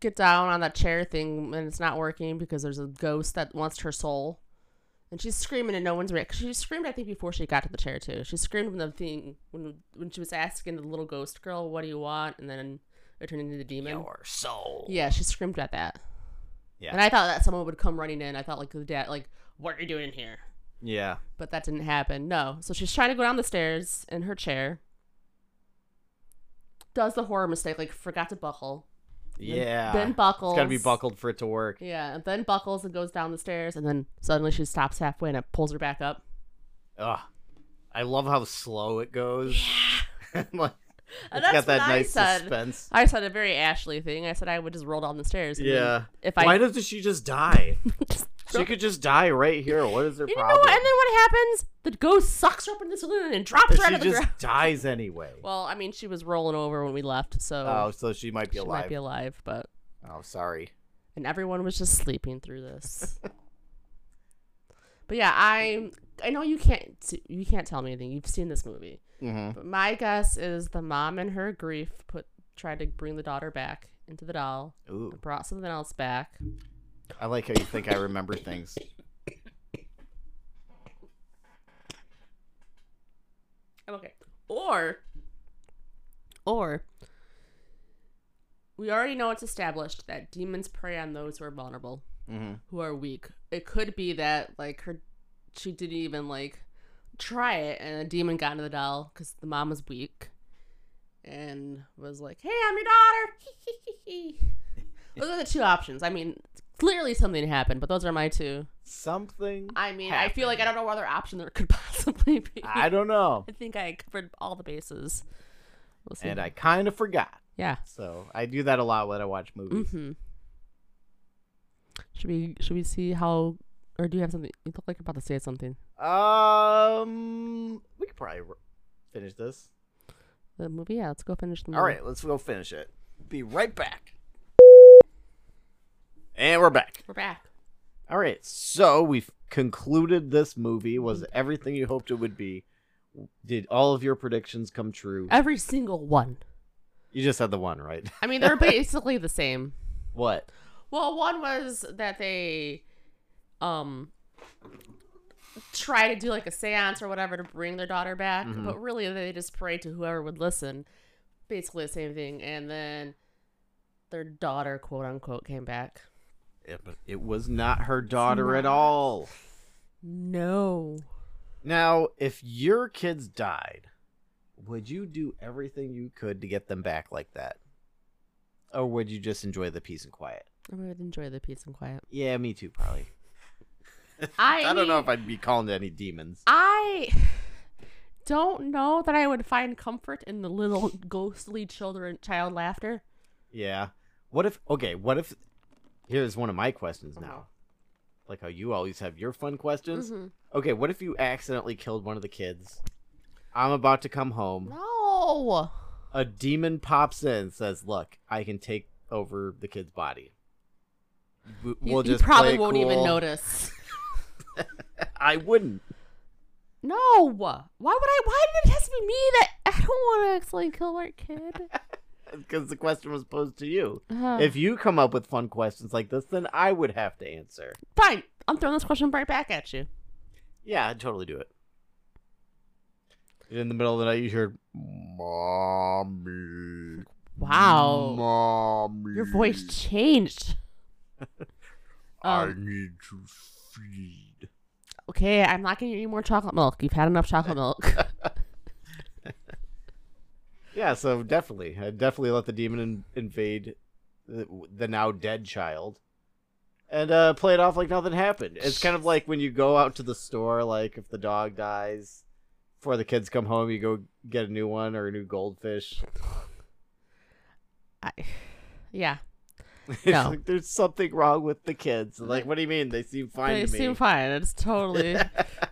get down on that chair thing, and it's not working because there's a ghost that wants her soul, and she's screaming, and no one's ready. She screamed, I think, before she got to the chair too. She screamed when the thing when when she was asking the little ghost girl, "What do you want?" and then it turned into the demon. soul. Yeah, she screamed at that. Yeah. And I thought that someone would come running in. I thought like the dad, like, "What are you doing in here?" Yeah. But that didn't happen. No. So she's trying to go down the stairs in her chair. Does the horror mistake, like forgot to buckle. Then- Yeah. Then buckles. It's got to be buckled for it to work. Yeah. And then buckles and goes down the stairs. And then suddenly she stops halfway and it pulls her back up. Ugh. I love how slow it goes. I'm like, And it's Uh, that's got that what I nice said. suspense. I said a very Ashley thing. I said I would just roll down the stairs. and then Yeah. If Why I. doesn't she just die? Just she could just die right here. What is her you know problem? what? And then what happens? The ghost sucks her up in the saloon and drops But her out she of the just ground. dies anyway. Well, I mean, she was rolling over when we left, so oh, so she might be she alive. might be alive. But oh, sorry. and everyone was just sleeping through this. but yeah, I I know you can't you can't tell me anything. You've seen this movie. Mm-hmm. But my guess is the mom in her grief put tried to bring the daughter back into the doll Ooh, and brought something else back. I like how you think I remember things. I'm okay. Or or we already know it's established that demons prey on those who are vulnerable. Mm-hmm. who are weak. It could be that like her, she didn't even like try it, and a demon got into the doll because the mom was weak, and was like, "Hey, I'm your daughter." those are the two options. I mean, clearly something happened, but those are my two. Something. I mean, I feel like I don't know what other option there could possibly be. I don't know. I think I covered all the bases. We'll see. And I kind of forgot. yeah. So I do that a lot when I watch movies. Mm-hmm. Should we should we see how or do you have something you look like you're about to say something? Um, we could probably r- finish this. The movie, yeah, let's go finish the movie. All right, let's go finish it. Be right back. And we're back. We're back. All right, so we've concluded this movie was everything you hoped it would be. Did all of your predictions come true? Every single one. You just had the one, right? I mean, they're basically the same. What? Well, one was that they um try to do like a séance or whatever to bring their daughter back, Mhm. but really they just prayed to whoever would listen. Basically the same thing. And then their daughter, quote unquote, came back. It, it was not her daughter at not. all. No. Now, if your kids died, would you do everything you could to get them back like that? Or would you just enjoy the peace and quiet? I would enjoy the peace and quiet. Yeah, me too, probably. I, I don't know mean- if I'd be calling to any demons. I don't know that I would find comfort in the little ghostly children child laughter. Yeah. What if, okay, what if, here's one of my questions Uh-huh. now. Like how you always have your fun questions. Mm-hmm. Okay, what if you accidentally killed one of the kids? I'm about to come home. No. a demon pops in and says, "Look, I can take over the kid's body." W- You, We'll you just probably play won't even cool." notice. I wouldn't. No. Why would I? Why did it have to be me that I don't want to accidentally kill my kid? Because the question was posed to you. Uh, If you come up with fun questions like this, then I would have to answer. Fine. I'm throwing this question right back at you. Yeah, I'd totally do it. In the middle of the night, you heard, "Mommy, Wow. mommy, Your voice changed. I Um, need to feed." okay, I'm not gonna eat any more chocolate milk. You've had enough chocolate milk. Yeah, so definitely, I definitely let the demon in- invade the, the now dead child, and uh, play it off like nothing happened. It's kind of like when you go out to the store, like if the dog dies, before the kids come home, you go get a new one or a new goldfish. I, yeah. It's No. like, there's something wrong with the kids. Like, what do you mean? They seem fine they to me. seem fine. It's totally.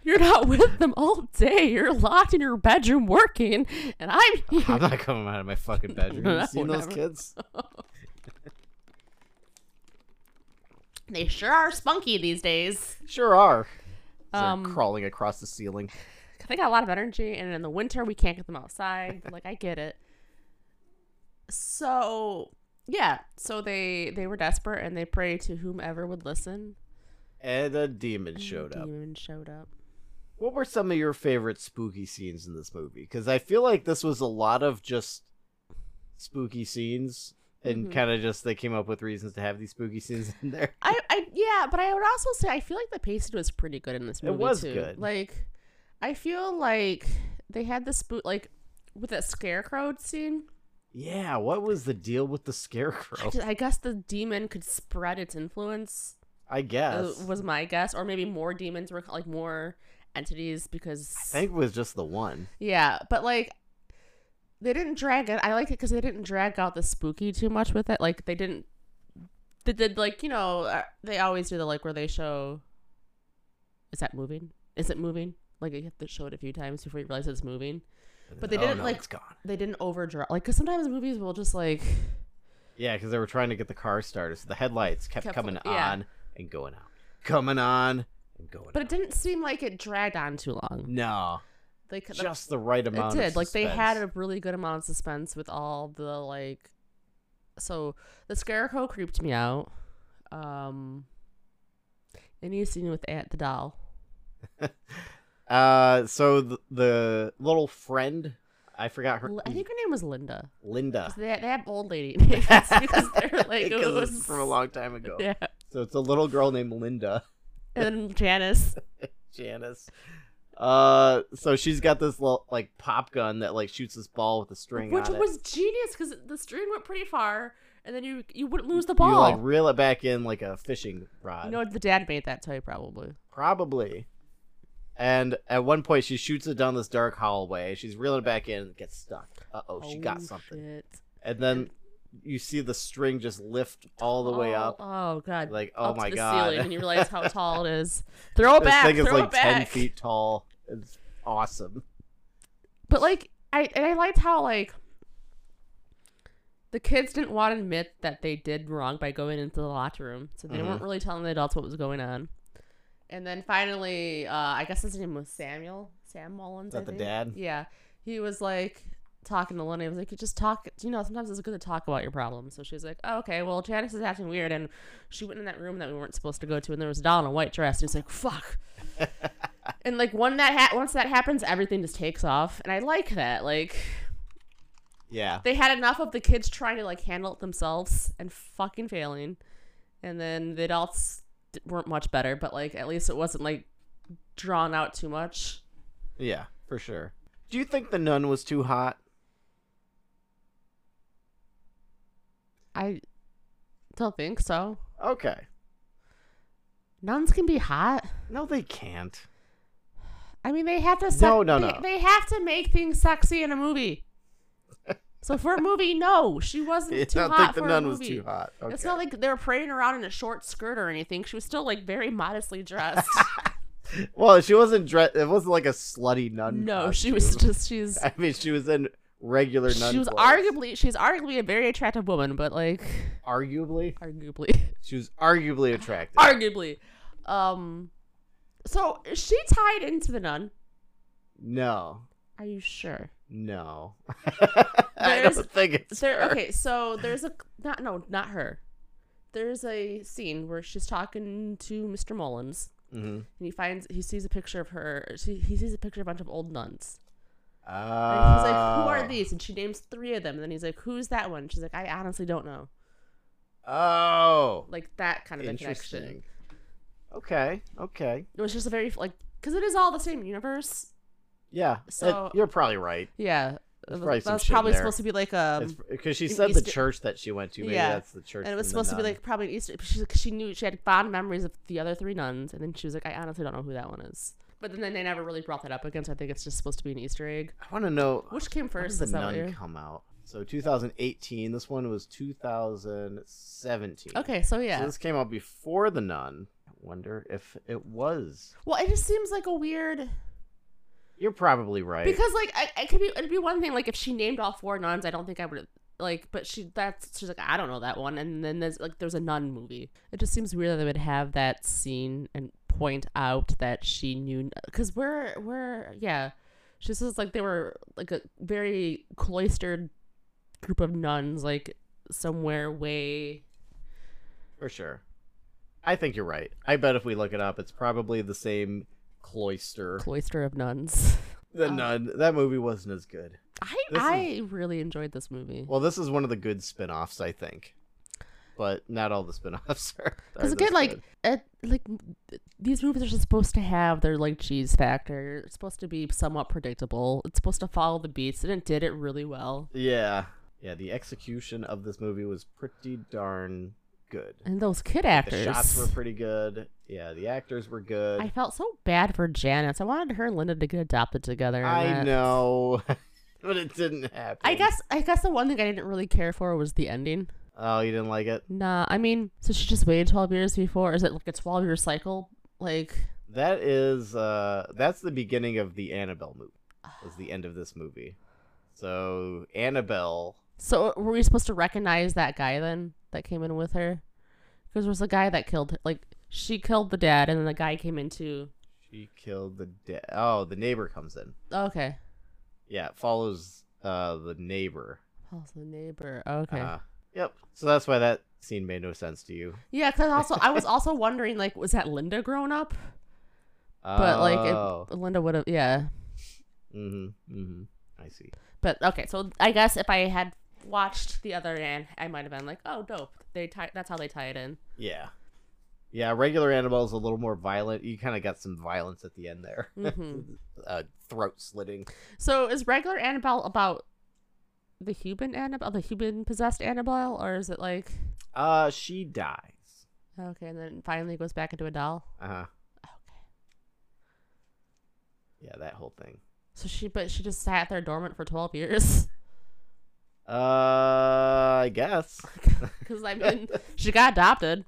you're not with them all day. You're locked in your bedroom working, and I'm I'm here. not coming out of my fucking bedroom. No, you seen those never. kids? They sure are spunky these days. Sure are. They're Um, crawling across the ceiling. They got a lot of energy, and in the winter we can't get them outside. like I get it. So yeah, so they they were desperate and they prayed to whomever would listen. And a demon And the showed up. Demon showed up. What were some of your favorite spooky scenes in this movie? Because I feel like this was a lot of just spooky scenes and Mhm. kind of just they came up with reasons to have these spooky scenes in there. I, I yeah, but I would also say I feel like the pacing was pretty good in this It movie was too. good. Like I feel like they had the spook like with that scarecrow scene. Yeah, what was the deal with the I, scarecrow? just- I guess the demon could spread its influence. I uh, guess. Was my guess, or maybe more demons were like more entities because I think it was just the one. yeah, but like they didn't drag it. I liked it because they didn't drag out the spooky too much with it. Like they didn't. They did like you know uh, they always do the like where they show. Is that moving? Is it moving? Like you have to show it a few times before you realize it's moving. But they Oh, didn't no, like it's gone. they didn't overdraw like because sometimes movies will just like Yeah, because they were trying to get the car started, so the headlights kept, Kept fl- coming yeah. on and going out, coming on and going. but it out. didn't seem like it dragged on too long. No, They could just the right it amount. of did like they had a suspense. really good amount of suspense with all the like so the scarecrow creeped me out um any scene with aunt the doll Uh, so the, the little friend, I forgot her. L- i think her name was linda Linda. 'Cause they, they have old lady names because they're like it Because was it's from a long time ago. yeah So it's a little girl named Linda. and then janice Janice. Uh, so she's got this little like pop gun that like shoots this ball with a string which on it. was genius because the string went pretty far and then you you wouldn't lose the You like ball reel it back in like a fishing rod, you know the dad made that toy probably probably. And at one point, she shoots it down this dark hallway. She's reeling it back in and it gets stuck. Uh oh, she got something. shit. And then you see the string just lift all the way Tall- up. Oh god! Like, oh up my to the God. Ceiling, and you realize how tall it is. Throw it this back. thing is throw like it back. ten feet tall. It's awesome. But like, I and I liked how like the kids didn't want to admit that they did wrong by going into the locker room, so they Mhm. weren't really telling the adults what was going on. And then finally, uh, I guess his name was Samuel. Sam Mullins. Is that I the think. dad? Yeah, he was like talking to Lenny. He was like, "You just talk. You know, sometimes it's good to talk about your problems." So she was like, oh, "Okay, well, Janice is acting weird," and she went in that room that we weren't supposed to go to, and there was a doll in a white dress. And he's like, "Fuck." and like when that ha- once that happens, everything just takes off, and I like that. Like Yeah. they had enough of the kids trying to like handle it themselves and fucking failing, and then the adults d- weren't much better. But like at least it wasn't like drawn out too much. Yeah, for sure. Do you think the nun was too hot? I don't think so. Okay. Nuns can be hot. No, they can't. I mean, they have to. Sec- No, no, they, no. They have to make things sexy in a movie. so for a movie, no, she wasn't I too don't hot think the for nun a was movie. too hot. Okay. It's not like they were parading around in a short skirt or anything. She was still like very modestly dressed. well, she wasn't dressed. It wasn't like a slutty nun. no, she was costume. just she's I mean, she was in regular nun. she was clothes. arguably she's arguably a very attractive woman, but like arguably. arguably, She was arguably attractive. arguably, um, so is she tied into the nun. no, Are you sure? no. I There's- don't think it's there her. okay so there's a not no not her there's a scene where she's talking to mr mullins Mhm. and he finds he sees a picture of her she, he sees a picture of a bunch of old nuns and he's like who Oh. are these and she names three of them and then he's like who's that one she's like i honestly don't know Oh, like that kind of a connection interesting. Okay, okay, it was just a very like because it is all the same universe yeah. it- So- you're probably right. yeah There's Th- probably some that's shit in probably there. supposed to be like um because she in said the East- church that she went to. Maybe Yeah. that's the church. and it was the supposed to be nun. like probably an Easter. She, she knew she had fond memories of the other three nuns, and then she was like, I honestly don't know who that one is. But then they never really brought that up again, so I think it's just supposed to be an Easter egg. I want to know Which came When did first? the Is that what nun you're... come out? So 2018. This one was 2017. Okay, so yeah. So this came out before the nun. I wonder if it was. Well, it just seems like a weird You're probably right. because like I, it could be it'd be one thing like if she named all four nuns, I don't think I would like. But she that's she's like I don't know that one, and then there's like there's a nun movie. It just seems weird that they would have that scene and point out that she knew because we're we're yeah. She says like they were like a very cloistered group of nuns, like somewhere way for sure. I think you're right. I bet if we look it up, it's probably the same cloister. cloister of nuns. the Oh. nun. That movie wasn't as good. I This is- I really enjoyed this movie. Well, this is one of the good spin-offs, I think. But not all the spin-offs are. are Because this again, like good. it, like th- these movies are just supposed to have their like cheese factor. It's supposed to be somewhat predictable. It's supposed to follow the beats, and it did it really well. Yeah. Yeah, the execution of this movie was pretty darn good. And those kid The actors. shots were pretty good. Yeah, the actors were good. I felt so bad for Janice. I wanted her and Linda to get adopted together. and I that- know, but it didn't happen. I guess I guess the one thing I didn't really care for was the ending. Oh, you didn't like it. Nah, I mean, so she just waited twelve years before. Is it like a twelve year cycle? Like, That is, uh, that's the beginning of the Annabelle movie. Was the end of this movie. So Annabelle. so were we supposed to recognize that guy then that came in with her? Because was the guy that killed like she killed the dad, and then the guy came into. She killed the da- oh the neighbor comes in. Okay, Yeah, it follows uh the neighbor. oh, so the neighbor. Okay. Uh, yep. So that's why that scene made no sense to you. Yeah, because also I was also wondering like, was that Linda grown up? But Oh. like, it, Linda would have yeah. mm-hmm, mm-hmm. I see. But okay, so I guess if I had watched the other end, I might have been like, oh, dope. They tie. That's how they tie it in. Yeah. Yeah, regular Annabelle's a little more violent. You kind of got some violence at the end there. Mhm. uh, throat slitting. So is regular Annabelle about the human Annabelle, the human possessed Annabelle, or is it like Uh, she dies. okay, and then finally goes back into a doll? Uh huh. Okay. Yeah, that whole thing. So she, but she just sat there dormant for twelve years. Uh, I guess. Because I mean, she got adopted.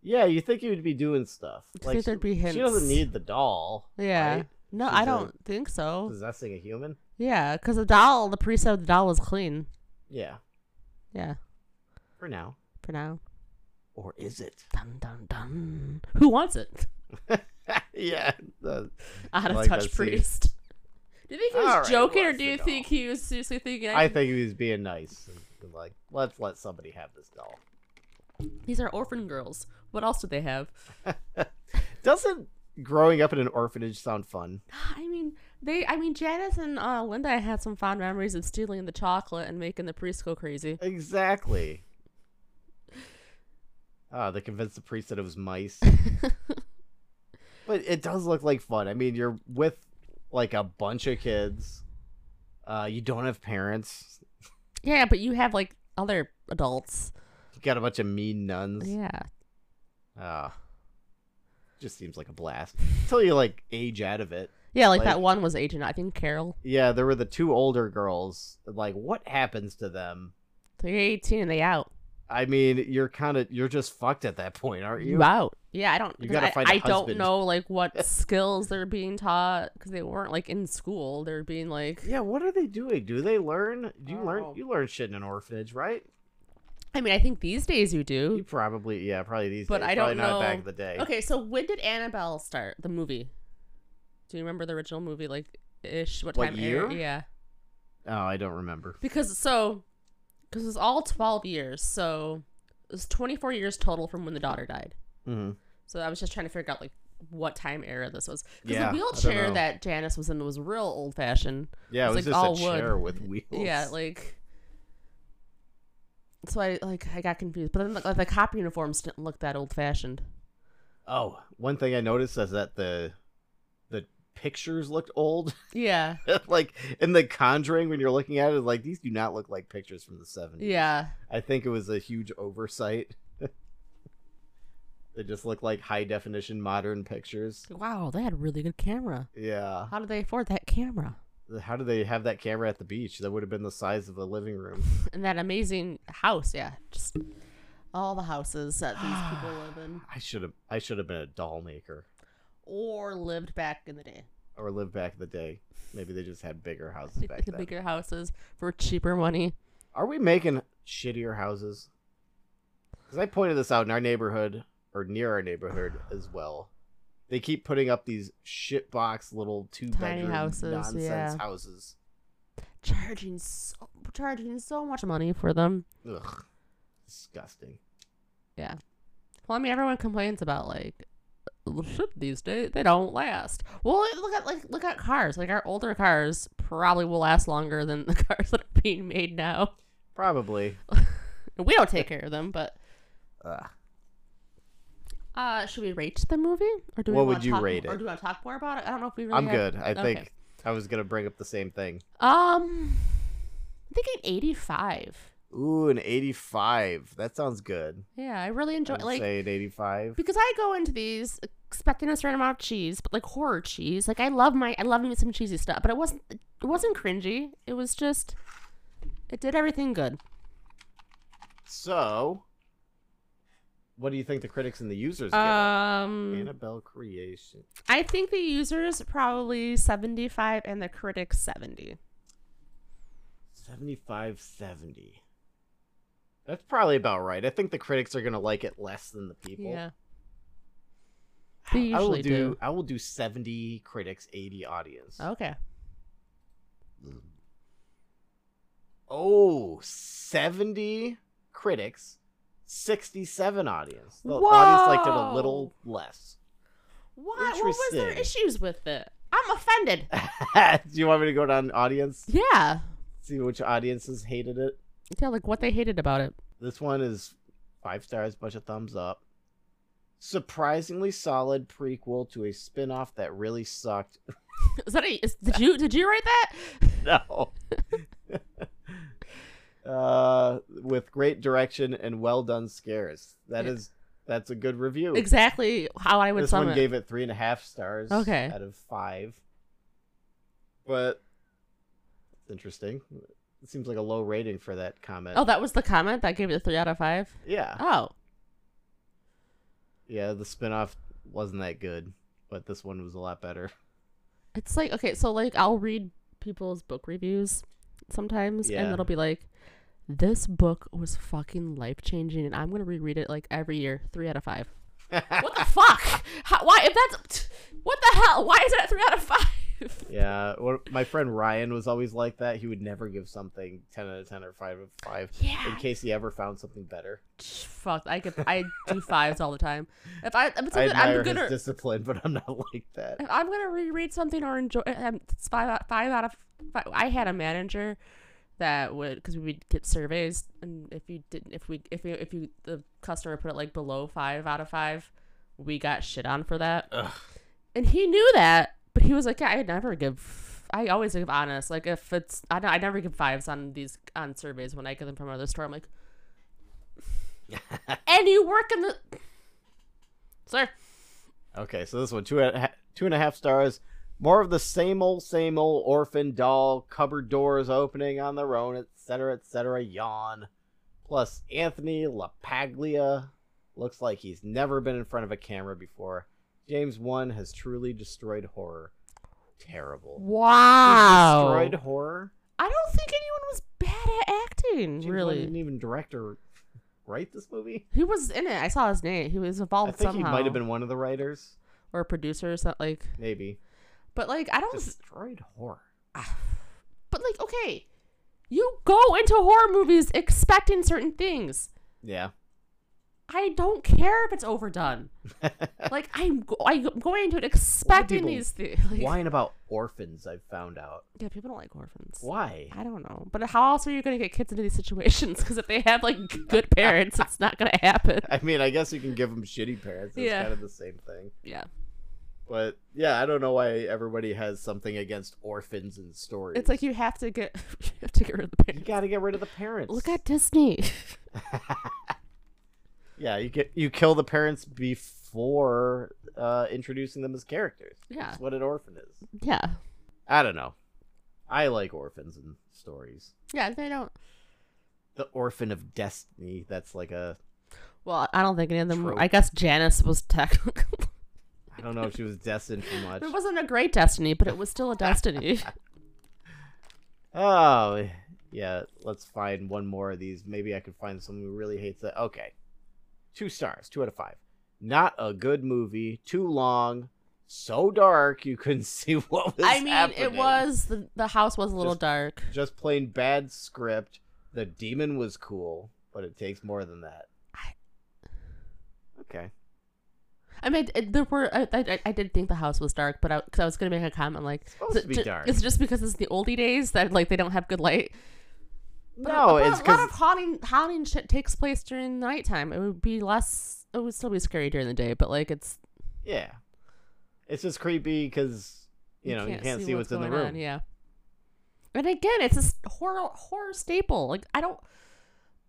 yeah, you think you would be doing stuff. You think there'd be She hints. doesn't need the doll. Yeah. right? No, She's I a- don't think so. Possessing a human. Yeah, because the doll, the priest said the doll was clean. Yeah, Yeah, for now. for now. Or is it? Dun dun dun. Who wants it? yeah. the- out of like that touch scene. priest. Do you think he was All right, joking, or what's do the you doll? think he was seriously thinking? I think he was being nice. and Like, let's let somebody have this doll. these are orphan girls. What else do they have? Doesn't growing up in an orphanage sound fun? I mean, they. I mean, Janice and uh, Linda had some fond memories of stealing the chocolate and making the priest go crazy. Exactly. Ah, they convinced the priest that it was mice. but it does look like fun. I mean, you're with like a bunch of kids. Uh, you don't have parents. Yeah, but you have like other adults. You got a bunch of mean nuns. Yeah. Ah. just seems like a blast. Until you like age out of it. Yeah, like, Like- that one was agent. I think Carol. Yeah, there were the two older girls. Like, what happens to them? They're eighteen and they out. I mean, you're kind of you're just fucked at that point, aren't you? You out. Yeah, I don't. You 'cause gotta I, find a I don't husband. know like what skills they're being taught because they weren't like in school. They're being like. Yeah, what are they doing? Do they learn? Do you I don't learn? know. You learn shit in an orphanage, right? I mean, I think these days you do. You probably, yeah, probably these Mm. But days. I probably don't not know. back in the day. Okay, so when did Annabelle start the movie? Do you remember the original movie, like ish? What, What time? it aired? year? Yeah, Oh, I don't remember. because so because it was all twelve years, so it was twenty four years total from when the daughter died. hmm So I was just trying to figure out like what time era this was because Yeah, I the don't wheelchair know. that Janice was in was real old fashioned. Yeah, it was It's like all just a wood. chair with wheels. Yeah, like. So I like I got confused, but then like, the cop uniforms didn't look that old fashioned. oh, one thing I noticed is that the the pictures looked old. Yeah, like in The Conjuring, when you're looking at it, like these do not look like pictures from the '70s. yeah. I think it was a huge oversight. they just look like high definition modern pictures. Wow, they had a really good camera. Yeah. How do they afford that camera? How do they have that camera at the beach? That would have been the size of a living room. And that amazing house, yeah. Just all the houses that these people live in I should have I should have been a doll maker or lived back in the day. or lived back in the day. Maybe they just had bigger houses Like back the then. bigger houses for cheaper money. Are we making shittier houses? Cuz I pointed this out in our neighborhood or near our neighborhood as well. They keep putting up these shitbox little two bedroom houses, nonsense yeah. houses. Charging so charging so much money for them. Ugh. Disgusting. Yeah. Well, I mean everyone complains about like shit these days they don't last. Well look at like look at cars. Like our older cars probably will last longer than the cars that are being made now. Probably. We don't take care of them, but Ugh. Uh, should we rate the movie, or do we What wanna would you talk, rate Or it? do we want to talk more about it? I don't know if we really. I'm have- good. I Okay. think I was going to bring up the same thing. Um, I think an eighty-five. Ooh, an 85. That sounds good. Yeah, I really enjoy I'd like say an 85. because I go into these expecting a certain amount of cheese, but like horror cheese. Like I love my I love me some cheesy stuff, but it wasn't it wasn't cringy. It was just it did everything good. So, what do you think the critics and the users give it? Um, Annabelle Creation. I think the users probably seventy five and the critics seventy. 75 70. That's probably about right. I think the critics are going to like it less than the people. Yeah, they usually I will do, do. I will do 70 critics, 80 audience. Okay. Oh, 70 critics, 67 audience. The audience liked it a little less. What? What was their Interesting. issues with it? I'm offended. do you want me to go down audience? Yeah. See which audiences hated it? Yeah, like what they hated about it. This one is five stars, bunch of thumbs up. Surprisingly solid prequel to a spin off that really sucked. Is that a, is, did you did you write that? No. uh, with great direction and well done scares. That Yeah. is, that's a good review. Exactly how I would This sum one it. gave it three and a half stars Okay. out of five. But it's interesting. It seems like a low rating for that comment. Oh, that was the comment that gave it a three out of five. yeah. Oh, Yeah, the spinoff wasn't that good, but this one was a lot better. it's like okay, so like I'll read people's book reviews sometimes, Yeah. and it'll be like, "This book was fucking life changing," and I'm gonna reread it like every year, three out of five. what the fuck? How, why? If that's what the hell? Why is it a three out of five? Yeah, one- my friend Ryan was always like that. He would never give something 10 out of 10 or 5 out of 5 Yeah. in case he ever found something better. Fuck, I could I do fives all the time. If I if it's I something admire I'm good his or discipline, but I'm not like that. if I'm gonna reread something or enjoy. Um, it's five out five out of five. I had a manager that would because we would get surveys, and if you didn't, if we if you if you the customer put it like below five out of five, we got shit on for that. Ugh. And he knew that, but he was like, yeah, I never give. I always give honest. Like if it's I, don't- I never give fives on these on surveys when I get them from another store. I'm like, and you work in the. Sir, Okay, so this one two and a ha- two and a half stars. More of the same old, same old orphan doll, cupboard doors opening on their own, etc., etc. Yawn. Plus, Anthony LaPaglia looks like he's never been in front of a camera before. James One has truly destroyed horror. Terrible. wow. Destroyed horror. I don't think anyone was bad at acting. James Wan didn't really, even direct or write this movie. he was in it. I saw his name. He was I involved think somehow, he might have been one of the writers. or a producer or something. Like, Maybe but like I don't. destroyed horror. But like, okay, you go into horror movies expecting certain things. Yeah. I don't care if it's overdone. like I'm, go- I'm going into it expecting people- these things. Like, whine about orphans i've found out Yeah, people don't like orphans. why I don't know, but how else are you going to get kids into these situations? Because if they have like good parents, it's not going to happen. i mean i guess you can give them shitty parents it's Yeah. kind of the same thing Yeah, but yeah i don't know why everybody has something against orphans and stories it's like you have to get you have to get rid of the you parents. gotta get rid of the parents Look at Disney. yeah you get you kill the parents before uh introducing them as characters Yeah. that's what an orphan is yeah, i don't know i like orphans and stories yeah, they don't. the orphan of destiny that's like a Well, I don't think any of them. Trope. I guess Janice was technical. i don't know if she was destined for much it wasn't a great destiny, but it was still a destiny. Oh, yeah. Let's find one more of these. Maybe I could find someone who really hates that. Okay. Two stars, two out of five. Not a good movie. Too long. So dark you couldn't see what was I mean, it happening. was the, the house was a little Just- dark. just plain bad script. The demon was cool, but it takes more than that. I- Okay. I mean, it, there were. I, I, I did think the house was dark, but I, cause I was gonna make a comment like, supposed is it to be ju- dark. It's just because it's the oldie days that like they don't have good light. But no, a, but it's a lot of because haunting haunting shit takes place during the nighttime. It would be less. It would still be scary during the day, but like it's yeah, it's just creepy because you, know you can't see, what's, in the going room. on, yeah. And again, it's a s- horror horror staple. Like I don't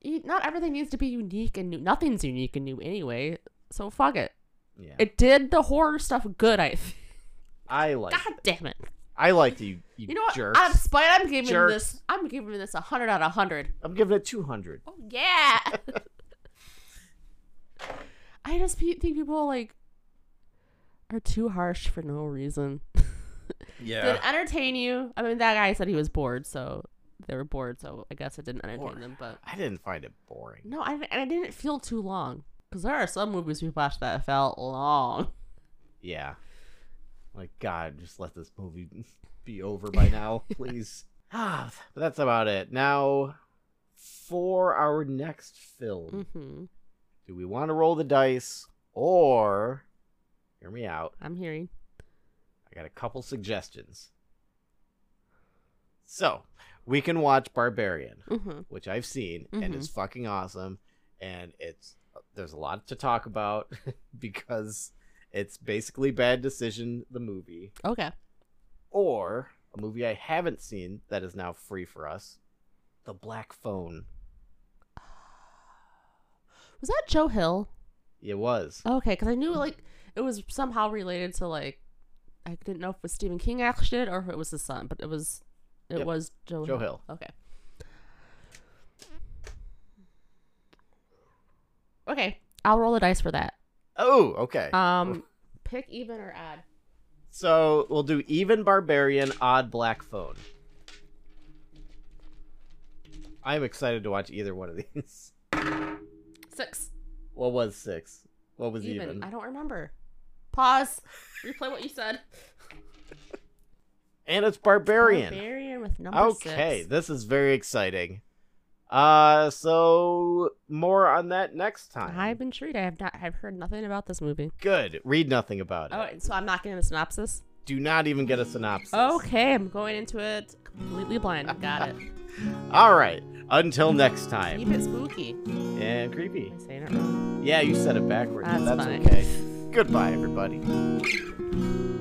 you, not everything needs to be unique and new. Nothing's unique and new anyway. So fuck it. Yeah. It did the horror stuff good. I think. I like God damn it. I liked you. You, You know what? jerks. Out of spite, I'm giving Jerks. this. I'm giving this a hundred out of hundred. I'm giving it 200. Oh yeah. I just pe- think people like are too harsh for no reason. Did it entertain you? I mean, that guy said he was bored, so they were bored. So I guess it didn't entertain Bored. them. But I didn't find it boring. no, I didn't- and I didn't feel too long because there are some movies we watched that felt long. Yeah. Like God, just let this movie be over by now, please. Ah, but that's about it. Now, for our next film, hmm do we want to roll the dice or hear me out? I'm hearing. I got a couple suggestions. So, we can watch Barbarian, hmm which I've seen and Mhm. is fucking awesome. And it's there's a lot to talk about because it's basically Bad Decision, the movie, Okay. or a movie I haven't seen that is now free for us, The Black Phone. Was that Joe Hill? It was. Okay, because I knew like it was somehow related to like I didn't know if it was Stephen King actually did or if it was his son, but it was it Yep. was Joe, Joe Hill. Okay. Okay, I'll roll the dice for that. Oh, okay. Um, pick even or odd. so we'll do even barbarian, odd black phone. I'm excited to watch either one of these. Six. What was six? What was Even. even? I don't remember. Pause. Replay what you said. And it's barbarian. Barbarian with number Okay, six. this is very exciting. Uh, so more on that next time. I've been treated. I have not. I've heard nothing about this movie. Good. Read nothing about it. Oh, and so I'm not getting a synopsis. Do not even get a synopsis. Okay, I'm going into it completely blind. Got it. All right. Until next Keep time. it spooky. And creepy. Am I saying it wrong? Yeah, you said it backwards. but That's That's fine. okay. Goodbye, everybody.